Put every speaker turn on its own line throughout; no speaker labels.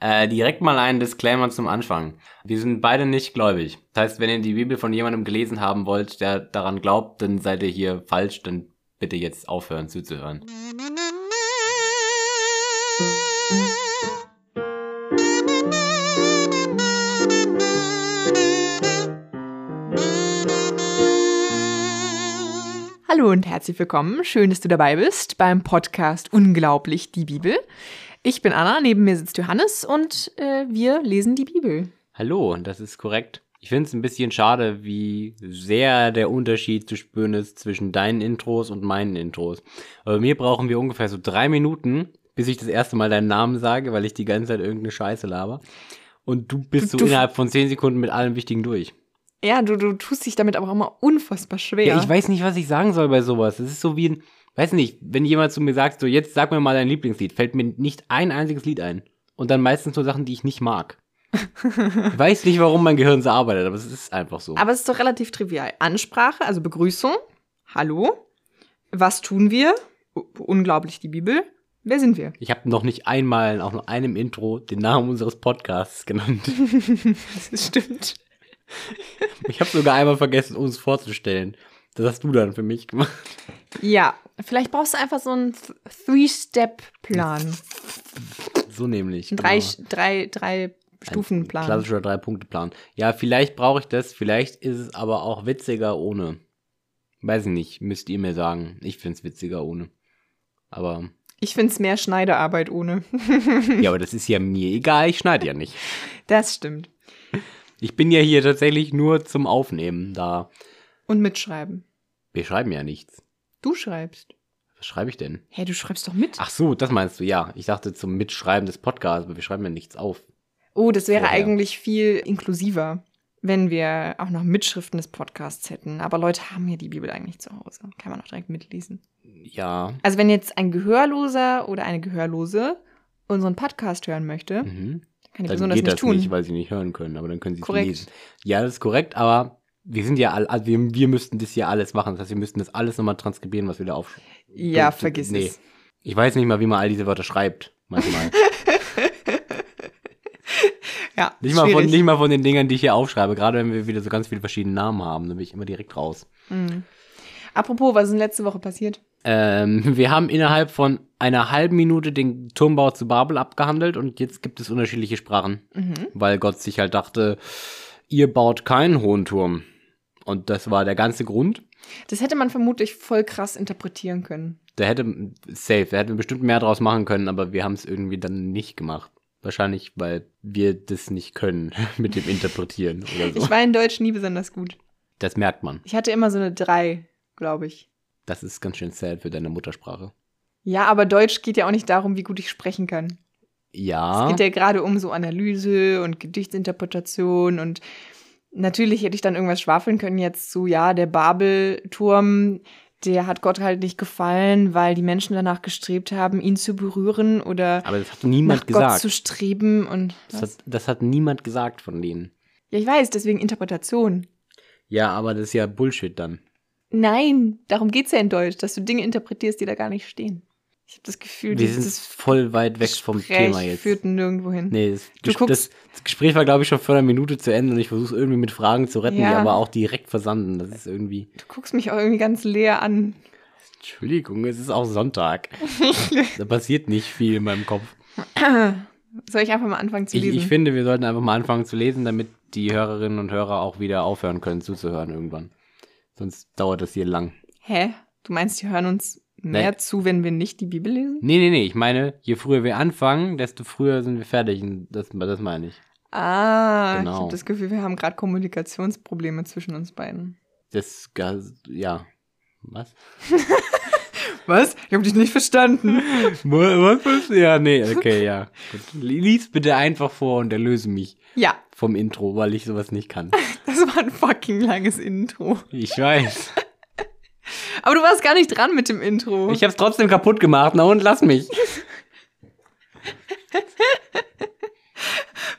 Äh, direkt mal einen Disclaimer zum Anfang. Wir sind beide nicht gläubig. Das heißt, wenn ihr die Bibel von jemandem gelesen haben wollt, der daran glaubt, dann seid ihr hier falsch, dann bitte jetzt aufhören zuzuhören.
Hallo und herzlich willkommen. Schön, dass du dabei bist beim Podcast Unglaublich die Bibel. Ich bin Anna, neben mir sitzt Johannes und äh, wir lesen die Bibel.
Hallo, das ist korrekt. Ich finde es ein bisschen schade, wie sehr der Unterschied zu spüren ist zwischen deinen Intros und meinen Intros. Aber bei mir brauchen wir ungefähr so drei Minuten, bis ich das erste Mal deinen Namen sage, weil ich die ganze Zeit irgendeine Scheiße laber. Und du bist
Du-
so
du-
innerhalb von zehn Sekunden mit allem Wichtigen durch.
Ja, du, du tust dich damit aber auch immer unfassbar schwer.
Ja, ich weiß nicht, was ich sagen soll bei sowas. Es ist so wie ein, weiß nicht, wenn jemand zu mir sagt, so jetzt sag mir mal dein Lieblingslied, fällt mir nicht ein einziges Lied ein. Und dann meistens nur Sachen, die ich nicht mag. ich weiß nicht, warum mein Gehirn so arbeitet, aber es ist einfach so.
Aber es ist doch relativ trivial. Ansprache, also Begrüßung. Hallo. Was tun wir? U- Unglaublich die Bibel. Wer sind wir?
ich habe noch nicht einmal, auch nur einem Intro, den Namen unseres Podcasts genannt.
Das stimmt.
Ich habe sogar einmal vergessen, uns vorzustellen. Das hast du dann für mich gemacht.
Ja, vielleicht brauchst du einfach so einen Th- Three-Step-Plan.
So nämlich.
Ein drei,
genau.
drei, drei Stufenplan.
Ein Klassischer Drei-Punkte-Plan. Ja, vielleicht brauche ich das, vielleicht ist es aber auch witziger ohne. Weiß ich nicht, müsst ihr mir sagen. Ich finde es witziger ohne. Aber,
Ich finde es mehr Schneiderarbeit ohne.
ja, aber das ist ja mir egal, ich schneide ja nicht.
Das stimmt.
Ich bin ja hier tatsächlich nur zum Aufnehmen da.
Und mitschreiben.
Wir schreiben ja nichts.
Du schreibst. Ah.
Was schreibe ich denn?
Hä, du schreibst doch mit.
Ach so, das meinst du, ja. Ich dachte zum Mitschreiben des Podcasts, aber wir schreiben ja nichts auf.
Oh, das wäre
Ja, ja.
eigentlich viel inklusiver, wenn wir auch noch Mitschriften des Podcasts hätten. Aber Leute haben ja die Bibel eigentlich zu Hause. Kann man auch direkt mitlesen.
Ja.
Also wenn jetzt ein Gehörloser oder eine Gehörlose unseren Podcast hören
Mhm.
möchte, kann die
Dann
Person das
geht
nicht
das
tun.
nicht, weil sie nicht hören können, aber dann können sie es
Korrekt.
lesen. Ja, das ist korrekt, aber wir sind ja all, also wir, wir müssten das hier alles machen. Das heißt, wir müssten das alles nochmal transkribieren, was wir da auf.
ja,
du- du-
vergiss
nee.
es.
Ich weiß nicht mal, wie man all diese Wörter schreibt, manchmal.
Ja,
nicht, mal von,
schwierig.
nicht mal von den Dingern, die ich hier aufschreibe, gerade wenn wir wieder so ganz viele verschiedene Namen haben, dann bin ich immer direkt raus.
Mhm. Apropos, was ist denn letzte Woche passiert?
Ähm, wir haben innerhalb von einer halben Minute den Turmbau zu Babel abgehandelt und jetzt gibt es unterschiedliche Sprachen.
Mhm.
weil Gott sich halt dachte, ihr baut keinen hohen Turm. Und das war der ganze Grund.
Das hätte man vermutlich voll krass interpretieren können.
Der hätte, safe, der hätte bestimmt mehr draus machen können, aber wir haben es irgendwie dann nicht gemacht. Wahrscheinlich, weil wir das nicht können mit dem Interpretieren oder so.
Ich war in Deutsch nie besonders gut.
Das merkt man.
Ich hatte immer so eine 3, glaube ich.
Das ist ganz schön sad für deine Muttersprache.
Ja, aber Deutsch geht ja auch nicht darum, wie gut ich sprechen kann. Es
Ja,
geht ja gerade um so Analyse und Gedichtsinterpretation und natürlich hätte ich dann irgendwas schwafeln können jetzt zu, ja, der Babelturm, der hat Gott halt nicht gefallen, weil die Menschen danach gestrebt haben, ihn zu berühren oder
aber das hat
nach
niemand
Gott zu
gesagt.
streben und
Das
was?
hat, das hat niemand gesagt von denen.
Ja, ich weiß, deswegen Interpretation.
Ja, aber das ist ja Bullshit dann.
Nein, darum geht's ja in Deutsch, dass du Dinge interpretierst, die da gar nicht stehen. Ich habe das Gefühl,
Wir sind
dieses
voll weit weg vom
Gespräch
Thema jetzt.
führt nirgendwo hin.
Nee, das,
Du
Ges- das,
guckst-
das Gespräch war, glaube ich, schon vor einer Minute zu Ende und ich versuche es irgendwie mit Fragen zu retten, die
Ja.
aber auch direkt versanden. Das ist irgendwie.
Du guckst mich auch irgendwie ganz leer an.
Entschuldigung, es ist auch Sonntag. da passiert nicht viel in meinem Kopf.
Soll ich einfach mal anfangen zu
Ich,
lesen?
ich finde, wir sollten einfach mal anfangen zu lesen, damit die Hörerinnen und Hörer auch wieder aufhören können zuzuhören irgendwann. Sonst dauert das hier lang.
Hä? Du meinst, die hören uns mehr
Nee.
zu, wenn wir nicht die Bibel lesen?
Nee, nee, nee, ich meine, je früher wir anfangen, desto früher sind wir fertig. Und Das, das meine ich.
Ah, ich
Genau.
habe das Gefühl, wir haben gerade Kommunikationsprobleme zwischen uns beiden.
Das, ja. Was?
Was? Ich habe dich nicht verstanden.
Was, was? Ja, nee, okay, ja. Gut. Lies bitte einfach vor und erlöse mich
ja,
vom Intro, weil ich sowas nicht kann.
das war ein fucking langes Intro.
Ich weiß.
Aber du warst gar nicht dran mit dem Intro.
Ich hab's trotzdem kaputt gemacht, na und lass mich.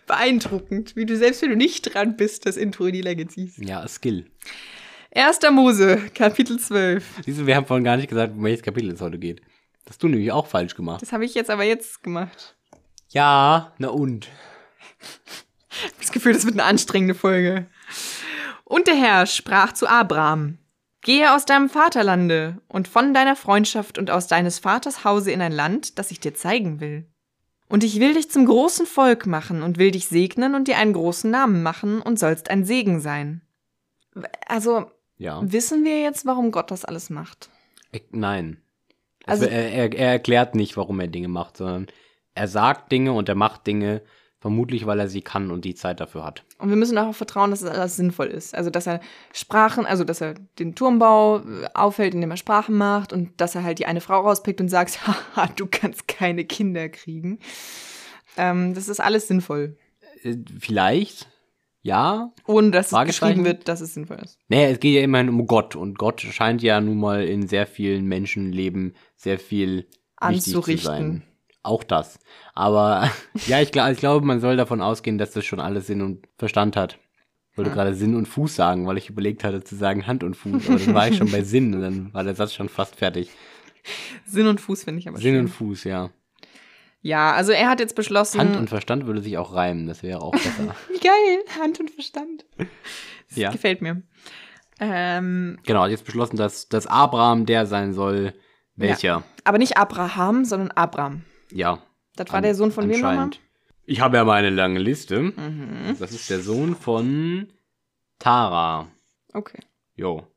Beeindruckend, wie du selbst, wenn du nicht dran bist, das Intro in die Länge ziehst.
Ja, Skill.
1. Mose, Kapitel 12.
Siehst du, wir haben vorhin gar nicht gesagt, um welches Kapitel es heute geht. Das hast du nämlich auch falsch gemacht.
Das habe ich jetzt aber jetzt gemacht.
Ja, na und?
Das Gefühl, das wird eine anstrengende Folge. Und der Herr sprach zu Abraham: Gehe aus deinem Vaterlande und von deiner Freundschaft und aus deines Vaters Hause in ein Land, das ich dir zeigen will. Und ich will dich zum großen Volk machen und will dich segnen und dir einen großen Namen machen und sollst ein Segen sein. Also,
Ja.
wissen wir jetzt, warum Gott das alles macht?
Ich- Nein. Also,
Also-
er, er, er erklärt nicht, warum er Dinge macht, sondern er sagt Dinge und er macht Dinge, vermutlich weil er sie kann und die Zeit dafür hat.
Und wir müssen darauf vertrauen, dass das alles sinnvoll ist. Also, dass er Sprachen, also, dass er den Turmbau äh, aufhält, indem er Sprachen macht und dass er halt die eine Frau rauspickt und sagt, haha, du kannst keine Kinder kriegen. Ähm, das ist alles sinnvoll.
Äh, Vielleicht, ja.
Ohne, dass es
Fragezeichen?
geschrieben wird, dass es sinnvoll ist.
Naja, es geht ja immerhin um Gott und Gott scheint ja nun mal in sehr vielen Menschenleben sehr viel wichtig zu sein.
Anzurichten.
Auch das. Aber ja, ich, gla- ich glaube, man soll davon ausgehen, dass das schon alles Sinn und Verstand hat. Ich wollte
Hm.
gerade Sinn und Fuß sagen, weil ich überlegt hatte zu sagen Hand und Fuß, aber dann war ich schon bei Sinn und dann war der Satz schon fast fertig.
Sinn und Fuß finde ich aber
Sinn
schön.
und Fuß, ja.
ja, also er hat jetzt beschlossen.
Hand und Verstand würde sich auch reimen, das wäre auch besser.
Wie geil, Hand und Verstand. Das
Ja.
gefällt mir. Ähm,
genau, jetzt beschlossen, dass, dass Abraham der sein soll, welcher,
aber nicht Abraham, sondern Abram.
ja.
Das war der Sohn von wem nochmal?
anscheinend. Ich habe ja mal eine lange Liste.
Mhm.
Das ist der Sohn von Tara.
Okay.
Jo.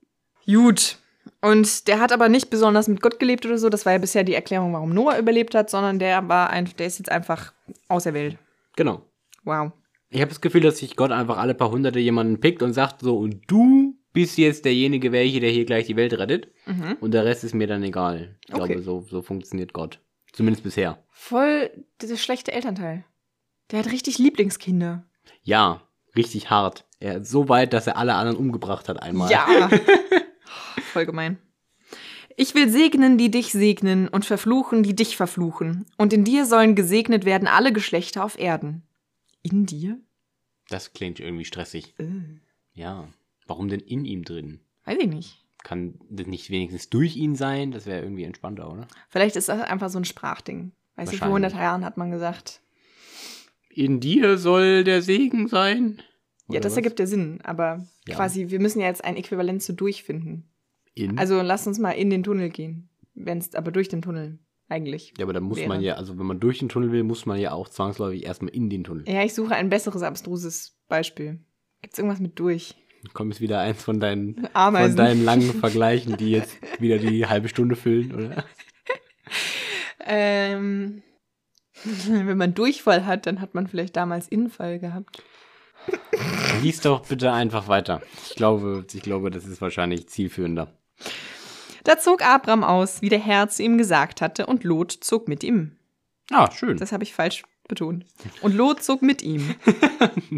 Gut. Und der hat aber nicht besonders mit Gott gelebt oder so. Das war ja bisher die Erklärung, warum Noah überlebt hat, sondern der war ein, der ist jetzt einfach auserwählt.
Genau.
Wow.
Ich habe das Gefühl, dass sich Gott einfach alle paar hunderte jemanden pickt und sagt so, und du bist jetzt derjenige, welche, der hier gleich die Welt rettet.
Mhm.
Und der Rest ist mir dann egal. Ich
Okay.
glaube, so, so funktioniert Gott. Zumindest bisher.
Voll der schlechte Elternteil. Der hat richtig Lieblingskinder.
Ja, richtig hart. Er ist so weit, dass er alle anderen umgebracht hat einmal.
Ja. Voll gemein. Ich will segnen, die dich segnen, und verfluchen, die dich verfluchen. Und in dir sollen gesegnet werden alle Geschlechter auf Erden. In dir?
Das klingt irgendwie stressig.
Äh,
Ja. Warum denn in ihm drin?
weiß ich nicht.
Kann das nicht wenigstens durch ihn sein? Das wäre irgendwie entspannter, oder?
Vielleicht ist das einfach so ein Sprachding. Weißt du, vor
Wahrscheinlich.
100 Jahren hat man gesagt.
In dir soll der Segen sein.
ja, das ergibt ja Sinn, aber
Ja.
quasi, wir müssen ja jetzt ein Äquivalent zu durchfinden.
in.
Also lass uns mal in den Tunnel gehen. Wenn es aber durch den Tunnel, eigentlich.
ja, aber dann muss
wäre.
man ja, also wenn man durch den Tunnel will, muss man ja auch zwangsläufig erstmal in den Tunnel.
Ja, ich suche ein besseres, abstruses Beispiel. Gibt's irgendwas mit durch?
Kommt jetzt wieder eins von deinen, von
Ameisen.
deinen langen Vergleichen, die jetzt wieder die halbe Stunde füllen, oder?
Ähm, wenn man Durchfall hat, dann hat man vielleicht damals Infall gehabt.
Lies doch bitte einfach weiter. Ich glaube, ich glaube, das ist wahrscheinlich zielführender.
Da zog Abram aus, wie der Herr zu ihm gesagt hatte, und Lot zog mit ihm.
Ah, schön.
Das habe ich falsch betont. Und Lot zog mit ihm.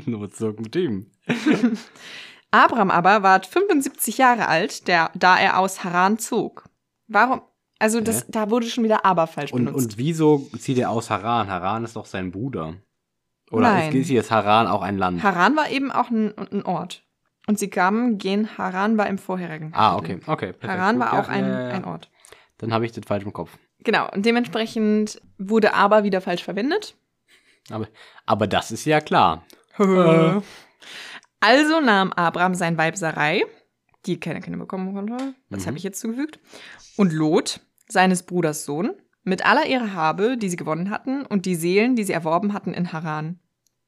Notzug mit dem.
Abram aber ward 75 Jahre alt, der, da er aus Haran zog. Warum? Also das,
Hä?
da wurde schon wieder aber falsch
Und,
benutzt.
und wieso zieht er aus Haran? Haran ist doch sein Bruder. Oder
Nein.
ist, ist jetzt Haran auch ein Land?
Haran war eben auch ein, ein Ort. Und sie kamen, gehen, Haran war im vorherigen.
ah,
Kapitel.
okay, okay. perfekt.
Haran
Gut,
war
ja,
auch ein,
ja, ja, ja.
ein Ort.
Dann habe ich das falsch im Kopf.
Genau, und dementsprechend wurde aber wieder falsch verwendet.
Aber das ist ja klar. Äh.
also nahm Abraham sein Weib Sarai, die keine Kinder bekommen konnte, das
Mhm.
habe ich jetzt zugefügt, und Lot, seines Bruders Sohn, mit aller ihrer Habe, die sie gewonnen hatten, und die Seelen, die sie erworben hatten in Haran.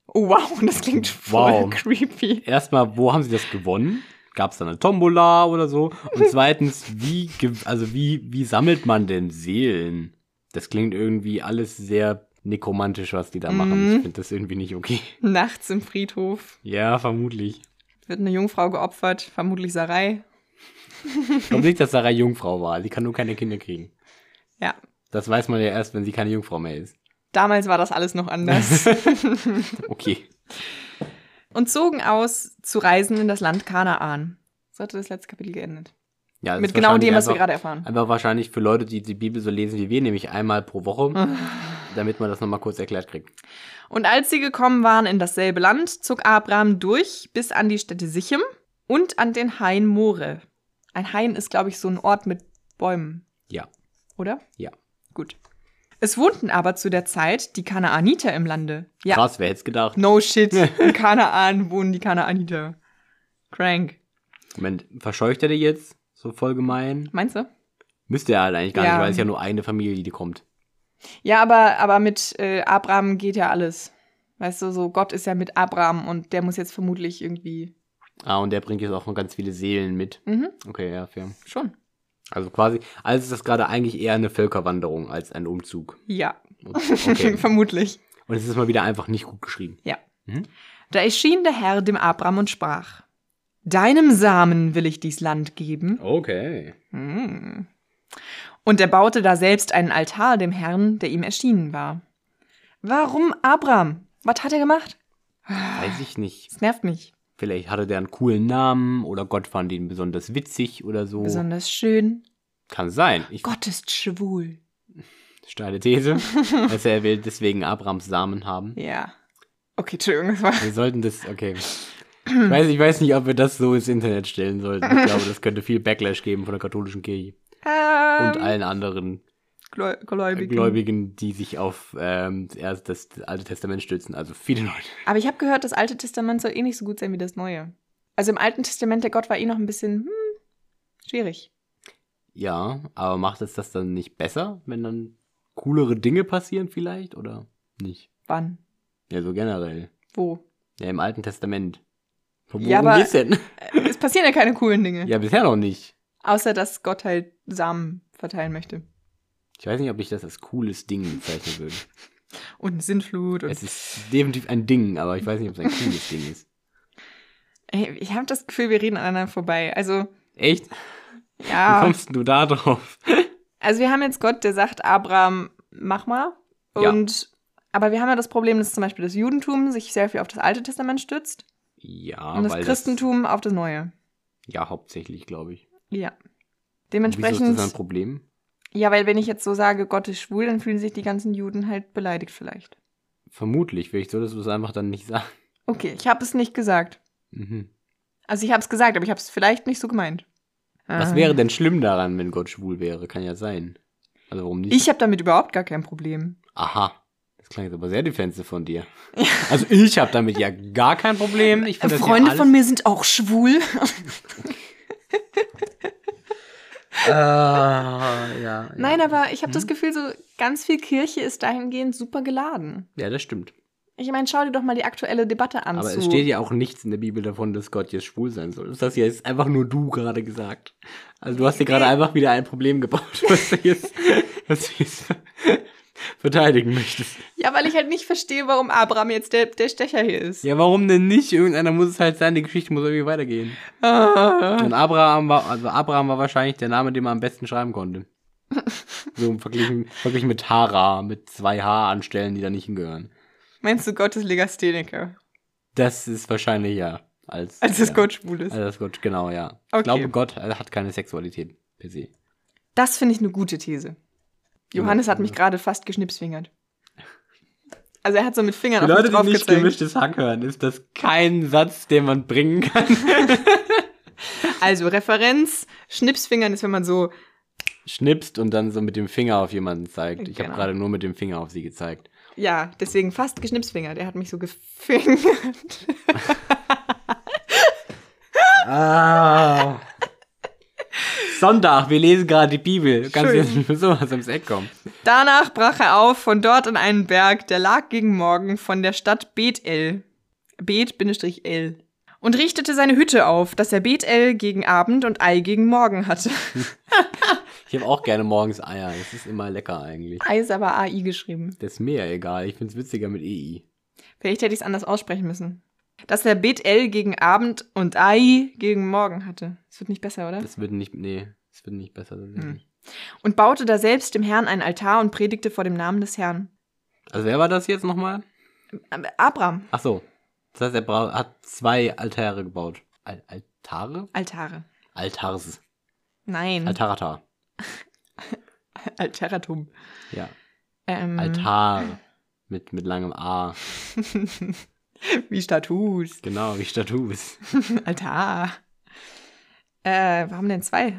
Oh, wow, das klingt voll
Wow.
creepy.
Erstmal, wo haben sie das gewonnen? Gab es da eine Tombola oder so? Und zweitens, wie, ge- also wie, wie sammelt man denn Seelen? Das klingt irgendwie alles sehr nekromantisch, was die da machen.
Mhm.
Ich finde das irgendwie nicht okay.
Nachts im Friedhof
Ja, vermutlich.
wird eine Jungfrau geopfert, vermutlich Sarai.
Ich glaube nicht, dass Sarah Jungfrau war. Sie kann nur keine Kinder kriegen.
Ja,
Das weiß man ja erst, wenn sie keine Jungfrau mehr ist.
damals war das alles noch anders.
Okay.
und zogen aus zu reisen in das Land Kanaan. So hatte das letzte Kapitel geendet.
Ja, das
Mit
Also ist
genau dem, was
wahrscheinlich
wir gerade erfahren.
einfach, einfach wahrscheinlich für Leute, die die Bibel so lesen wie wir, nämlich einmal pro Woche,
Ah.
damit man das nochmal kurz erklärt kriegt.
Und als sie gekommen waren in dasselbe Land, zog Abraham durch bis an die Städte Sichem und an den Hain More. Ein Hain ist, glaube ich, so ein Ort mit Bäumen,
Ja.
oder?
Ja.
Gut. Es wohnten aber zu der Zeit die Kanaaniter im Lande. Ja,
Krass, wer hätte es gedacht?
no shit. In Kanaan wohnen die Kanaaniter. Crank.
Moment, verscheucht er die jetzt? So voll gemein?
Meinst du?
Müsste er halt eigentlich gar
Ja.
nicht, weil es ja nur eine Familie, die kommt.
Ja, aber, aber mit äh, Abraham geht ja alles. Weißt du, so Gott ist ja mit Abraham und der muss jetzt vermutlich irgendwie.
Ah, und der bringt jetzt auch noch ganz viele Seelen mit.
Mhm,
Okay, ja, fair.
schon.
Also quasi, also ist das gerade eigentlich eher eine Völkerwanderung als ein Umzug.
Ja,
Okay.
vermutlich.
und es ist mal wieder einfach nicht gut geschrieben.
Da erschien der Herr dem Abraham und sprach: Deinem Samen will ich dies Land geben.
Okay.
Hm. Und er baute da selbst einen Altar dem Herrn, der ihm erschienen war. Warum Abraham? Was hat er gemacht?
Weiß ich nicht.
Das nervt mich.
Vielleicht hatte der einen coolen Namen oder Gott fand ihn besonders witzig oder so.
Besonders schön.
Kann sein. Ich,
Gott ist schwul.
Steile These. also er will deswegen Abrams Samen haben.
Ja. Okay, Entschuldigung, das war
Wir sollten das, okay. Ich weiß, ich weiß nicht, ob wir das so ins Internet stellen sollten. Ich glaube, das könnte viel Backlash geben von der katholischen Kirche und
Ähm,
allen anderen
Gläu Gläubigen.
Gläubigen, die sich auf ähm, erst das Alte Testament stützen. Also viele Leute.
Aber ich habe gehört, das Alte Testament soll eh nicht so gut sein wie das Neue. Also im Alten Testament, der Gott war eh noch ein bisschen hm, schwierig.
Ja, aber macht es das dann nicht besser, wenn dann coolere Dinge passieren vielleicht oder nicht?
Wann?
Ja, so generell.
Wo?
Ja, im Alten Testament. Worum
Ja, aber-
geht's denn?
Äh, Es passieren ja keine coolen Dinge.
Ja, bisher noch nicht.
Außer, dass Gott halt Samen verteilen möchte.
Ich weiß nicht, ob ich das als cooles Ding bezeichnen würde.
Und Sintflut und.
Es ist definitiv ein Ding, aber ich weiß nicht, ob es ein cooles Ding ist.
Ey, ich habe das Gefühl, wir reden aneinander vorbei. Also,
Echt? Wie
ja.
kommst denn du da drauf?
Also, wir haben jetzt Gott, der sagt, Abraham, mach mal.
Ja.
Und. Aber wir haben ja das Problem, dass zum Beispiel das Judentum sich sehr viel auf das Alte Testament stützt
Ja,
und das
Ah, weil
Christentum auf das Neue.
Das, ja, hauptsächlich, glaube ich.
Ja.
Und Wieso
Dementsprechend.
ist das ein Problem?
Ja, weil wenn ich jetzt so sage, Gott ist schwul, dann fühlen sich die ganzen Juden halt beleidigt vielleicht.
Vermutlich, vielleicht solltest du es einfach dann nicht sagen.
Okay, ich habe es nicht gesagt.
Mhm.
Also ich habe es gesagt, aber ich habe es vielleicht nicht so gemeint.
Was
Ähm,
wäre denn schlimm daran, wenn Gott schwul wäre? Kann ja sein. Also warum nicht?
Ich habe damit überhaupt gar kein Problem.
Aha. Das klang jetzt aber sehr defensive von dir. Also ich habe damit ja gar kein Problem. Ich
Äh,
find das ja alles,
mir sind auch schwul.
Ah, ja,
Nein,
ja.
aber ich habe
Mhm.
das Gefühl, so ganz viel Kirche ist dahingehend super geladen.
Ja, das stimmt.
Ich meine, schau dir doch mal die aktuelle Debatte an.
Aber
zu.
es steht ja auch nichts in der Bibel davon, dass Gott jetzt schwul sein soll. Das hast ja jetzt einfach nur du gerade gesagt. Also du hast dir gerade einfach wieder ein Problem gebaut, was du jetzt, was du jetzt verteidigen möchtest.
ja, weil ich halt nicht verstehe, warum Abraham jetzt der, der Stecher hier ist.
Ja, warum denn nicht? Irgendeiner muss es halt sein, die Geschichte muss irgendwie weitergehen.
Ah.
Und Abraham war, also Abraham war wahrscheinlich der Name, den man am besten schreiben konnte. So verglichen, verglichen mit Hara, mit zwei H an Stellen, die da nicht hingehören.
Meinst du, Gott ist Legastheniker?
Das ist wahrscheinlich ja. Als,
Als das
ja.
Gott schwul ist.
Also das Gott, genau, ja.
Okay.
Ich glaube, Gott äh, hat keine Sexualität per se.
Das finde ich eine gute These. Johannes hat mich
Ja.
gerade fast geschnipsfingert. Also er hat so mit Fingern
Für
auf mich
Leute,
drauf
die nicht
gezeigt.
gemischtes Hack hören, ist das kein Satz, den man bringen kann.
Also Referenz, Schnipsfingern ist, wenn man so,
Schnipst und dann so mit dem Finger auf jemanden zeigt. Ich
Genau.
habe gerade nur mit dem Finger auf sie gezeigt.
ja, deswegen fast geschnipsfingert. Er hat mich so gefingert.
Ah. Sonntag, wir lesen gerade die Bibel. Du kannst
Schön.
jetzt nicht mit sowas ums Eck kommen.
Danach brach er auf von dort an einen Berg, der lag gegen Morgen von der Stadt Bethel. Beth-El. Und richtete seine Hütte auf, dass er Bethel gegen Abend und Ei gegen Morgen hatte.
Ich habe auch gerne morgens Eier. Das ist immer lecker eigentlich.
Ei ist aber AI geschrieben.
Das ist mir ja egal. Ich find's witziger mit E EI.
Vielleicht hätte ich es anders aussprechen müssen. Dass er Bethel gegen Abend und Ai gegen Morgen hatte. Das wird nicht besser, oder?
Das wird nicht, nee, das wird nicht besser. tatsächlich.
Und baute da selbst dem Herrn einen Altar und predigte vor dem Namen des Herrn.
Also wer war das jetzt nochmal?
Aber Abraham,
Ach so. Das heißt, er bra- hat zwei Altäre gebaut. Al Altare?
Altare.
Altars.
Nein.
Altarata.
Alteratum.
Ja.
Ähm,
Altar. Mit, mit langem A.
Wie Status.
Genau, wie Statue ist.
Altar. Äh, warum denn zwei?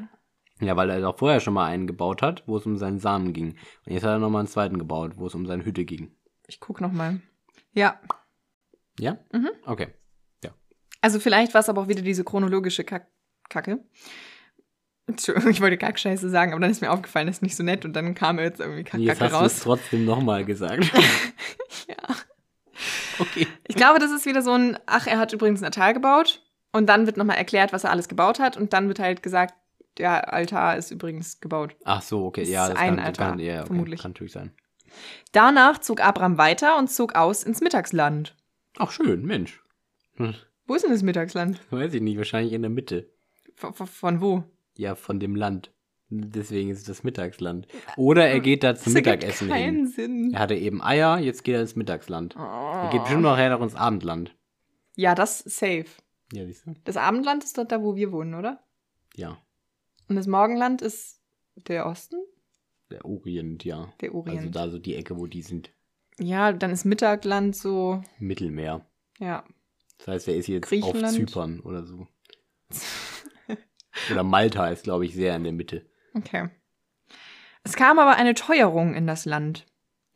Ja, weil er auch vorher schon mal einen gebaut hat, wo es um seinen Samen ging. Und jetzt hat er nochmal einen zweiten gebaut, wo es um seine Hütte ging.
Ich guck noch mal. Ja,
Ja?
Mhm.
Okay.
also vielleicht war es aber auch wieder diese chronologische Kack Kacke. Entschuldigung, ich wollte Kackscheiße sagen, aber dann ist mir aufgefallen, das ist nicht so nett und dann kam jetzt irgendwie
Jetzt hast
Kackkacke
du es
raus.
trotzdem nochmal gesagt.
Ja.
Okay.
Ich glaube, das ist wieder so ein, ach, er hat übrigens einen Altar gebaut und dann wird nochmal erklärt, was er alles gebaut hat und dann wird halt gesagt, der Altar ist übrigens gebaut.
Ach so, okay.
Es
Ja,
ist
das
ein
kann,
Altar,
kann, ja, okay.
vermutlich.
kann natürlich sein.
Danach zog Abraham weiter und zog aus ins Mittagsland.
Ach, schön, Mensch. Hm,
Wo ist denn das Mittagsland?
weiß ich nicht, wahrscheinlich in der Mitte.
Von, von, von wo?
Ja, von dem Land. Deswegen ist es das Mittagsland. Oder er geht da zum
Das ergibt
Mittagessen
keinen
hin.
Sinn. Oh.
Er hatte eben Eier, jetzt geht er ins Mittagsland. Er geht bestimmt nachher noch ins Abendland.
Ja, das safe.
Ja, siehst du?
Das Abendland ist dort da, wo wir wohnen, oder?
Ja.
Und das Morgenland ist der Osten?
Der Orient, ja.
Der
Also
Orient.
da so die Ecke, wo die sind.
ja, dann ist Mittagland so,
Mittelmeer.
ja.
Das heißt, er ist jetzt auf
Griechenland.
Zypern oder so. Oder Malta ist, glaube ich, sehr in der Mitte.
Okay. Es kam aber eine Teuerung in das Land.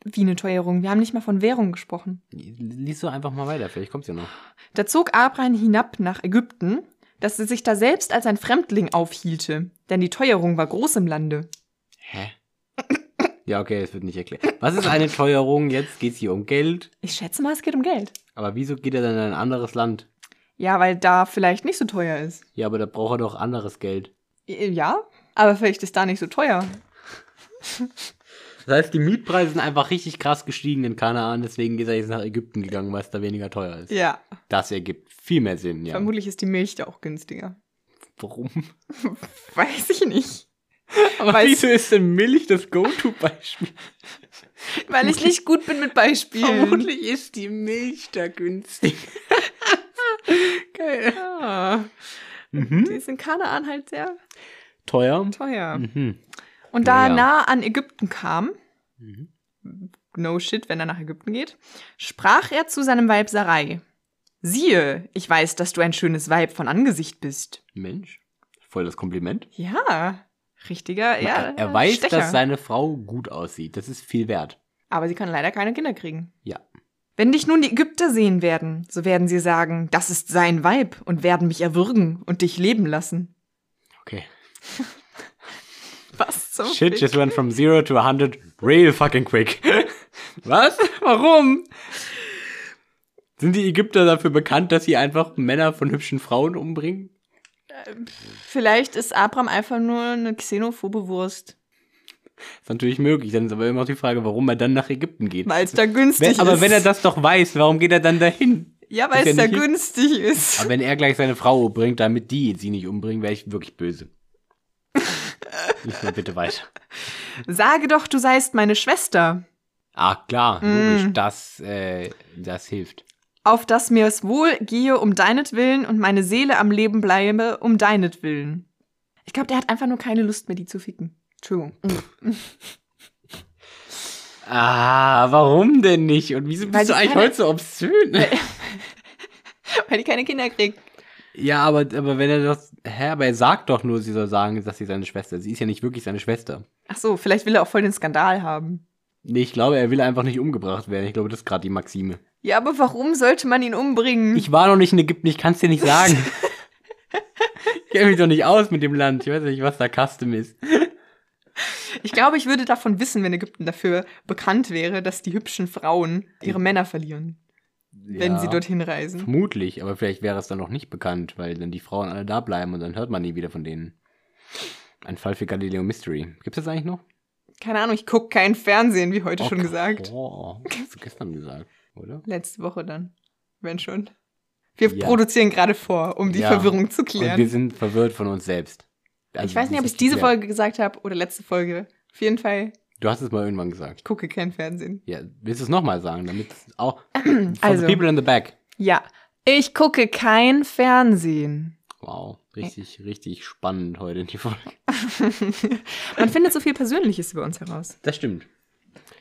Wie eine Teuerung? Wir haben nicht mal von Währung gesprochen.
Lies doch einfach mal weiter, vielleicht kommt's ja noch.
Da zog Abraham hinab nach Ägypten, dass er sich da selbst als ein Fremdling aufhielte, denn die Teuerung war groß im Lande.
Hä? Ja, okay, es wird nicht erklärt. Was ist eine Teuerung? Jetzt geht's hier um Geld.
Ich schätze mal, es geht um Geld.
Aber wieso geht er dann in ein anderes Land?
Ja, weil da vielleicht nicht so teuer ist.
Ja, aber da braucht er doch anderes Geld.
Äh, Ja, aber vielleicht ist da nicht so teuer.
Das heißt, die Mietpreise sind einfach richtig krass gestiegen in Kanaan, deswegen ist er jetzt nach Ägypten gegangen, weil es da weniger teuer ist.
Ja,
Das ergibt viel mehr Sinn, ja.
vermutlich ist die Milch da auch günstiger.
Warum?
Weiß ich nicht.
Aber
Weil-
wieso ist denn Milch das Go-To-Beispiel?
Weil ich nicht gut bin mit Beispielen.
ist die Milch da günstig.
Geil. Ah,
Mhm.
die ist in Kanaan halt sehr
Teuer.
teuer.
Mhm.
Und da
Ja.
er nah an Ägypten kam,
Mhm.
no shit, wenn er nach Ägypten geht, sprach er zu seinem Weib Sarai. Siehe, ich weiß, dass du ein schönes Weib von Angesicht bist.
Mensch, voll das Kompliment.
Ja, richtiger, ja.
er, er weiß,
Stecher.
dass seine Frau gut aussieht. Das ist viel wert.
Aber sie kann leider keine Kinder kriegen.
Ja.
Wenn dich nun die Ägypter sehen werden, so werden sie sagen, das ist sein Weib und werden mich erwürgen und dich leben lassen.
Okay.
Was zum
Shit
Fick?
just went from zero to 100 real fucking quick. Was? Warum? Sind die Ägypter dafür bekannt, dass sie einfach Männer von hübschen Frauen umbringen?
Vielleicht ist Abram einfach nur eine xenophobe Wurst,
Ist natürlich möglich. Dann ist aber immer noch die Frage, warum er dann nach Ägypten geht.
weil es da günstig
Wenn,
ist.
aber wenn er das doch weiß, warum geht er dann dahin?
ja, weil
ist
es
ja
da
nicht-
günstig ist.
Aber wenn er gleich seine Frau umbringt, damit die sie nicht umbringen, wäre ich wirklich böse. Lies mal bitte weiter.
Sage doch, du seist meine Schwester,
Ah, klar, logisch,
Mm.
das, äh, das hilft.
auf dass mir es wohl gehe um deinetwillen und meine Seele am Leben bleibe um deinetwillen. Ich glaube, der hat einfach nur keine Lust mehr, die zu ficken. Entschuldigung.
Ah, warum denn nicht? Und wieso
Weil
bist du
die
eigentlich
keine-
heute so obszön?
Weil die keine Kinder kriegt.
ja, aber, aber wenn er das. Hä, aber er sagt doch nur, sie soll sagen, dass sie seine Schwester ist. Sie ist ja nicht wirklich seine Schwester.
Ach so, vielleicht will er auch voll den Skandal haben.
Nee, ich glaube, er will einfach nicht umgebracht werden. Ich glaube, das ist gerade die Maxime.
Ja, aber warum sollte man ihn umbringen?
Ich war noch nicht in Ägypten, ich kann es dir nicht sagen. ich kenne mich doch nicht aus mit dem Land. Ich weiß nicht, was da Custom ist.
ich glaube, ich würde davon wissen, wenn Ägypten dafür bekannt wäre, dass die hübschen Frauen ihre Männer verlieren, wenn
Ja, Hm.
sie dorthin reisen.
Vermutlich, aber vielleicht wäre es dann noch nicht bekannt, weil dann die Frauen alle da bleiben und dann hört man nie wieder von denen. Ein Fall für Galileo Mystery. Gibt es das eigentlich noch?
Keine Ahnung, ich gucke kein Fernsehen, wie heute schon
Oh,
gesagt.
Oh, hast du gestern gesagt, oder?
Letzte Woche dann, wenn schon. Wir
Ja.
produzieren gerade vor, um die
Ja.
Verwirrung zu
Und
klären.
Also wir sind verwirrt von uns selbst. Also,
ich weiß nicht, ob
das
ich
ist
diese
geklärt.
Folge gesagt habe oder letzte Folge. Auf jeden Fall,
Du hast es mal irgendwann gesagt.
ich gucke kein Fernsehen.
Ja, willst du es nochmal sagen, damit es auch. For
Also.
the people in the back.
Ja, ich gucke kein Fernsehen.
Wow, richtig, richtig spannend heute in die Folge.
Man findet so viel Persönliches über uns heraus.
Das stimmt.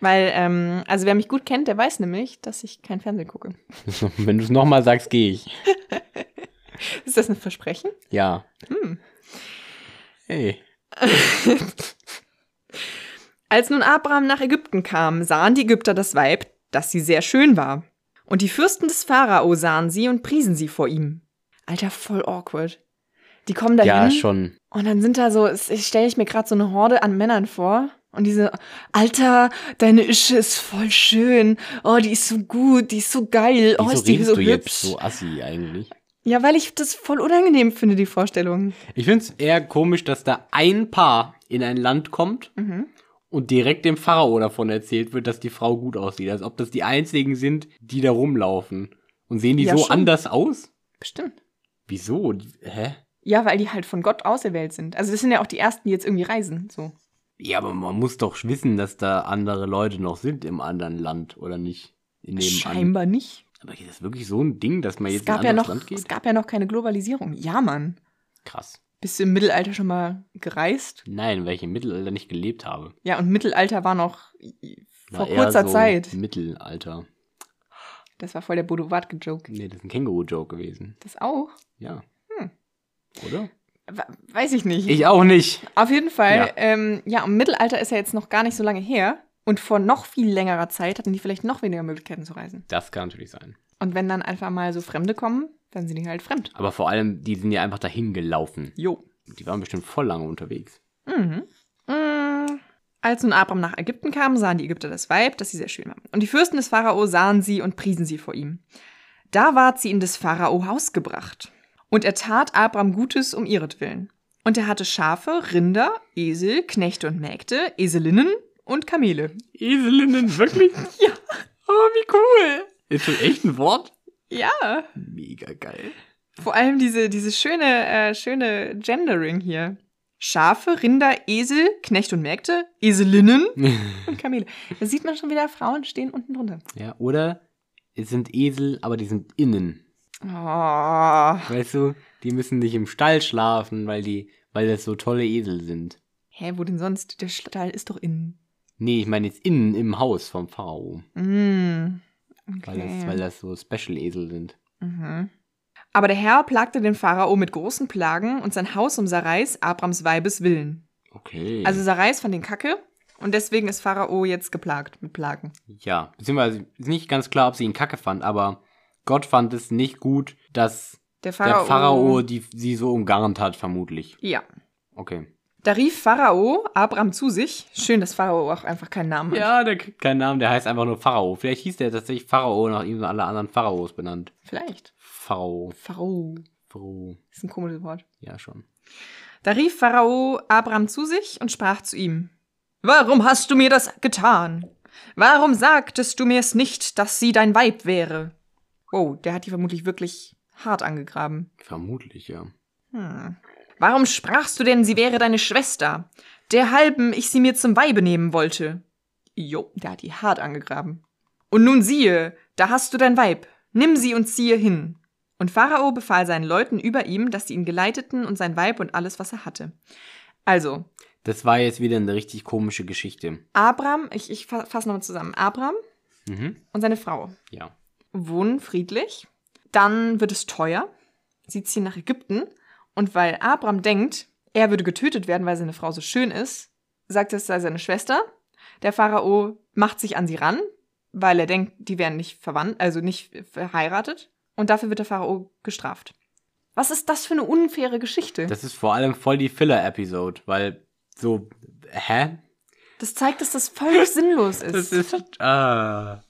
Weil, ähm, also wer mich gut kennt, der weiß nämlich, dass ich kein Fernsehen gucke.
Wenn du es nochmal sagst, gehe ich.
Ist das ein Versprechen?
Ja.
Hm.
Hey.
Als nun Abraham nach Ägypten kam, sahen die Ägypter das Weib, dass sie sehr schön war. Und die Fürsten des Pharao sahen sie und priesen sie vor ihm. Alter, voll awkward. Die kommen dahin
Ja, schon.
und dann sind da so, stelle ich mir gerade so eine Horde an Männern vor. Und diese, Alter, deine Ische ist voll schön. Oh, die ist so gut, die ist so geil.
Wieso
oh, ist die
redest
so
du
hübsch.
jetzt so assi eigentlich?
Ja, weil ich das voll unangenehm finde, die Vorstellung.
Ich find's eher komisch, dass da ein Paar in ein Land kommt
Mhm.
und direkt dem Pharao davon erzählt wird, dass die Frau gut aussieht. Als ob das die einzigen sind, die da rumlaufen. Und sehen die
Ja,
so
schon.
anders aus?
Bestimmt.
Wieso? Die- Hä?
Ja, weil die halt von Gott auserwählt sind. Also das sind ja auch die ersten, die jetzt irgendwie reisen. So.
Ja, aber man muss doch wissen, dass da andere Leute noch sind im anderen Land, oder nicht? In nebenan.
Scheinbar nicht.
Aber ist das wirklich so ein Ding, dass man jetzt
Es
in ein
gab, ja
anderes
noch,
Land
es
geht?
gab ja noch keine Globalisierung. Ja, Mann.
Krass.
Bist du im Mittelalter schon mal gereist?
Nein, weil ich im Mittelalter nicht gelebt habe.
Ja, und Mittelalter war noch i- vor
War eher
kurzer
so
Zeit.
Mittelalter.
Das war voll der Bodo Wartke-Joke.
Nee, das ist ein Känguru-Joke gewesen.
Das auch?
Ja.
Hm.
Oder?
We- Weiß ich nicht.
Ich auch nicht.
Auf jeden Fall,
Ja.
ja. Ähm, ja, und Mittelalter ist ja jetzt noch gar nicht so lange her. Und vor noch viel längerer Zeit hatten die vielleicht noch weniger Möglichkeiten zu reisen.
Das kann natürlich sein.
Und wenn dann einfach mal so Fremde kommen, dann sind die halt fremd.
Aber vor allem, die sind ja einfach dahin gelaufen.
Jo.
Die waren bestimmt voll lange unterwegs.
Mhm. Mm. Als nun Abram nach Ägypten kam, sahen die Ägypter das Weib, dass sie sehr schön war. Und die Fürsten des Pharao sahen sie und priesen sie vor ihm. Da ward sie in des Pharao Haus gebracht. Und er tat Abram Gutes um ihretwillen. Und er hatte Schafe, Rinder, Esel, Knechte und Mägde, Eselinnen und Kamele.
Eselinnen, wirklich?
Ja. Oh, wie cool.
Ist das echt ein Wort?
Ja.
Mega geil.
Vor allem diese, diese schöne, äh, schöne Gendering hier. Schafe, Rinder, Esel, Knecht und Mägde, Eselinnen und Kamele. Da sieht man schon wieder, Frauen stehen unten drunter.
ja, oder es sind Esel, aber die sind innen.
Oh.
Weißt du, die müssen nicht im Stall schlafen, weil die, weil das so tolle Esel sind.
Hä, wo denn sonst? Der Stall ist doch innen.
Nee, ich meine jetzt innen im Haus vom Pharao.
Mm.
Weil, das,
Okay.
weil das so Special-Esel sind.
Mhm. Aber der Herr plagte den Pharao mit großen Plagen und sein Haus um Sarais, Abrams Weibes Willen.
Okay.
Also Sarais fand den Kacke und deswegen ist Pharao jetzt geplagt mit Plagen.
ja, beziehungsweise ist nicht ganz klar, ob sie ihn kacke fand, aber Gott fand es nicht gut, dass
Der Pharao.
der Pharao die, sie so umgarnt hat, vermutlich.
Ja.
Okay.
Da rief Pharao Abram zu sich. Schön, dass Pharao auch einfach keinen Namen hat.
Ja, der kriegt keinen Namen, der heißt einfach nur Pharao. Vielleicht hieß der tatsächlich Pharao, nach ihm sind alle anderen Pharaos benannt.
Vielleicht.
Pharao.
Pharao.
Pharao.
Ist ein komisches Wort.
Ja, schon.
Da rief Pharao Abram zu sich und sprach zu ihm: Warum hast du mir das getan? Warum sagtest du mir's nicht, dass sie dein Weib wäre? Wow, der hat die vermutlich wirklich hart angegraben.
Vermutlich, ja.
Hm. Warum sprachst du denn, sie wäre deine Schwester? Derhalben ich sie mir zum Weibe nehmen wollte. Jo, der hat die hart angegraben. Und nun siehe, da hast du dein Weib. Nimm sie und ziehe hin. Und Pharao befahl seinen Leuten über ihm, dass sie ihn geleiteten und sein Weib und alles, was er hatte. Also,
Das war jetzt wieder eine richtig komische Geschichte.
Abram, ich, ich fa- fasse nochmal zusammen. Abram
Mhm.
und seine Frau
Ja.
wohnen friedlich. Dann wird es teuer. Sie ziehen nach Ägypten. Und weil Abram denkt, er würde getötet werden, weil seine Frau so schön ist, sagt er, es sei seine Schwester. Der Pharao macht sich an sie ran, weil er denkt, die wären nicht verwandt, also nicht verheiratet. Und dafür wird der Pharao gestraft. Was ist das für eine unfaire Geschichte? Das,
Das ist vor allem voll die Filler-Episode, weil so, hä?
zeigt, dass das völlig sinnlos ist.
Das ist, ah.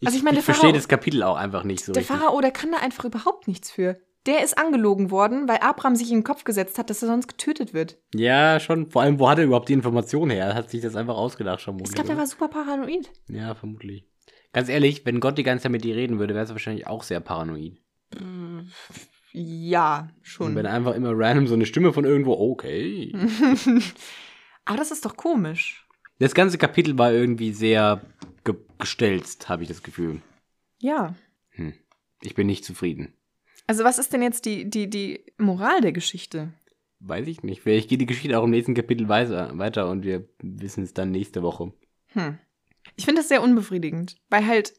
Ich,
Also
ich,
ich meine, der
verstehe
Pharao-
das Kapitel auch einfach nicht so
Der
richtig.
Pharao, der kann da einfach überhaupt nichts für. Der ist angelogen worden, weil Abraham sich in den Kopf gesetzt hat, dass er sonst getötet wird.
Ja, schon. Vor allem, wo hat er überhaupt die Information her? Er Hat sich das einfach ausgedacht schon?
Ich glaube, der war super paranoid.
ja, vermutlich. Ganz ehrlich, wenn Gott die ganze Zeit mit dir reden würde, wärst du wahrscheinlich auch sehr paranoid.
Ja,
Und wenn
schon.
einfach immer random so eine Stimme von irgendwo, okay.
Aber das ist doch komisch.
Das ganze Kapitel war irgendwie sehr ge gestelzt, habe ich das Gefühl.
Ja.
Hm. Ich bin nicht zufrieden.
Also was ist denn jetzt die, die, die Moral der Geschichte?
Weiß ich nicht. Vielleicht geht die Geschichte auch im nächsten Kapitel weiter, weiter und wir wissen es dann nächste Woche.
Hm. Ich finde das sehr oh, unbefriedigend, weil halt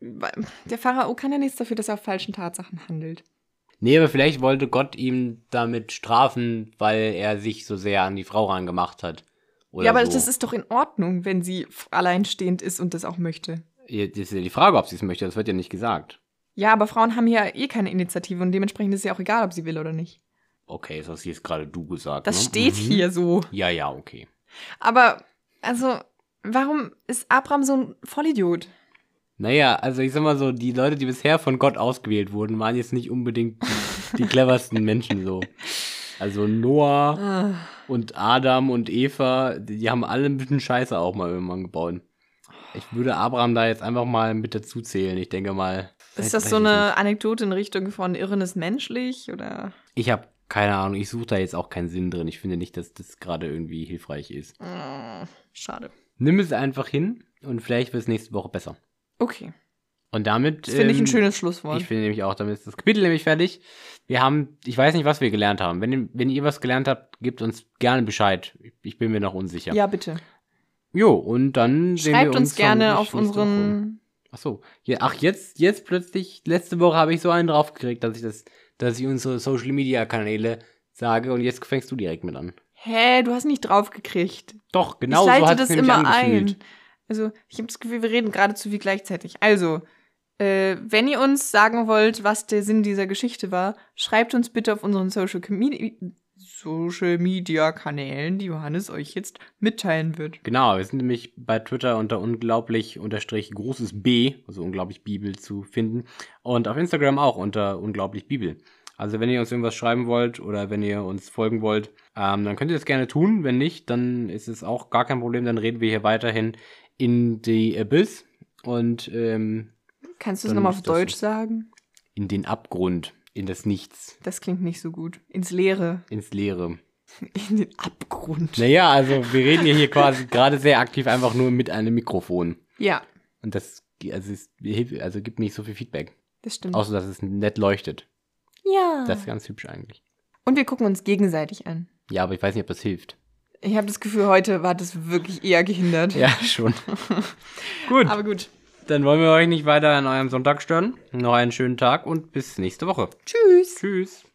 weil- der Pharao kann ja nichts dafür, dass er auf falschen Tatsachen handelt.
Nee, aber vielleicht wollte Gott ihm damit strafen, weil er sich so sehr an die Frau rangemacht hat. Oder
ja, aber
so.
das ist doch in Ordnung, wenn sie f- alleinstehend ist und das auch möchte.
Jetzt ist ja die Frage, ob sie es möchte, das wird ja nicht gesagt.
Ja, aber Frauen haben ja eh keine Initiative und dementsprechend ist ja auch egal, ob sie will oder nicht.
Okay, das hast jetzt gerade du gesagt.
Das
ne?
steht
Mhm.
hier so.
Ja, ja, okay.
Aber, also, warum ist Abraham so ein Vollidiot?
Naja, also ich sag mal so, die Leute, die bisher von Gott ausgewählt wurden, waren jetzt nicht unbedingt die- die cleversten Menschen so. Also Noah
Ah,
und Adam und Eva, die die haben alle ein bisschen Scheiße auch mal irgendwann gebaut. Ich würde Abraham da jetzt einfach mal mit dazu zählen. Ich denke mal.
Ist das
weiß
so
ich
eine
nicht.
Anekdote in Richtung von Irren ist menschlich oder?
Ich habe keine Ahnung. Ich suche da jetzt auch keinen Sinn drin. Ich finde nicht, dass das gerade irgendwie hilfreich ist.
Mm, Schade.
Nimm es einfach hin und vielleicht wird es nächste Woche besser.
Okay,
Und damit.
das finde ich
ähm,
ein schönes Schlusswort.
Ich finde nämlich auch, damit ist das Kapitel nämlich fertig. Wir haben, ich weiß nicht, was wir gelernt haben. Wenn, wenn ihr was gelernt habt, gebt uns gerne Bescheid. Ich bin mir noch unsicher.
ja. bitte.
Jo, und dann sehen wir
Schreibt
uns.
uns gerne
vermutlich
auf
nächste Woche.
unseren.
Ach so. Ja, ach, jetzt, jetzt plötzlich, letzte Woche habe ich so einen draufgekriegt, dass ich das, dass ich unsere Social Media Kanäle sage und jetzt fängst du direkt mit an.
Hä, du hast nicht draufgekriegt.
Doch, genau
ich leite
so hat
das
es nämlich
immer
angefühlt.
ein. Also, ich habe das Gefühl, wir reden gerade zu viel gleichzeitig. Also, äh, wenn ihr uns sagen wollt, was der Sinn dieser Geschichte war, schreibt uns bitte auf unseren Social, Comi- Social Media Kanälen, die Johannes euch jetzt mitteilen wird.
Genau, wir sind nämlich bei Twitter unter unglaublich unterstrich großes B, also unglaublich Bibel zu finden. Und auf Instagram auch unter unglaublich Bibel. Also wenn ihr uns irgendwas schreiben wollt oder wenn ihr uns folgen wollt, ähm, dann könnt ihr das gerne tun. Wenn nicht, dann ist es auch gar kein Problem. Dann reden wir hier weiterhin in die Abyss und ähm,
Kannst du es
Dann
nochmal
ist
auf
das
Deutsch
so.
sagen?
in den Abgrund, in das Nichts,
Das klingt nicht so gut. Ins Leere.
ins Leere.
In den Abgrund.
Naja, also wir reden ja hier quasi gerade sehr aktiv einfach nur mit einem Mikrofon.
Ja,
Und das also, es hilft- also gibt nicht so viel Feedback.
das stimmt.
Außer, dass es nett leuchtet.
ja.
Das ist ganz hübsch eigentlich.
Und wir gucken uns gegenseitig an.
Ja, aber ich weiß nicht, ob das hilft.
Ich habe das Gefühl, heute war das wirklich eher gehindert.
Ja, schon. Gut,
Aber gut.
dann wollen wir euch nicht weiter an eurem Sonntag stören. Noch einen schönen Tag und bis nächste Woche.
Tschüss.
Tschüss.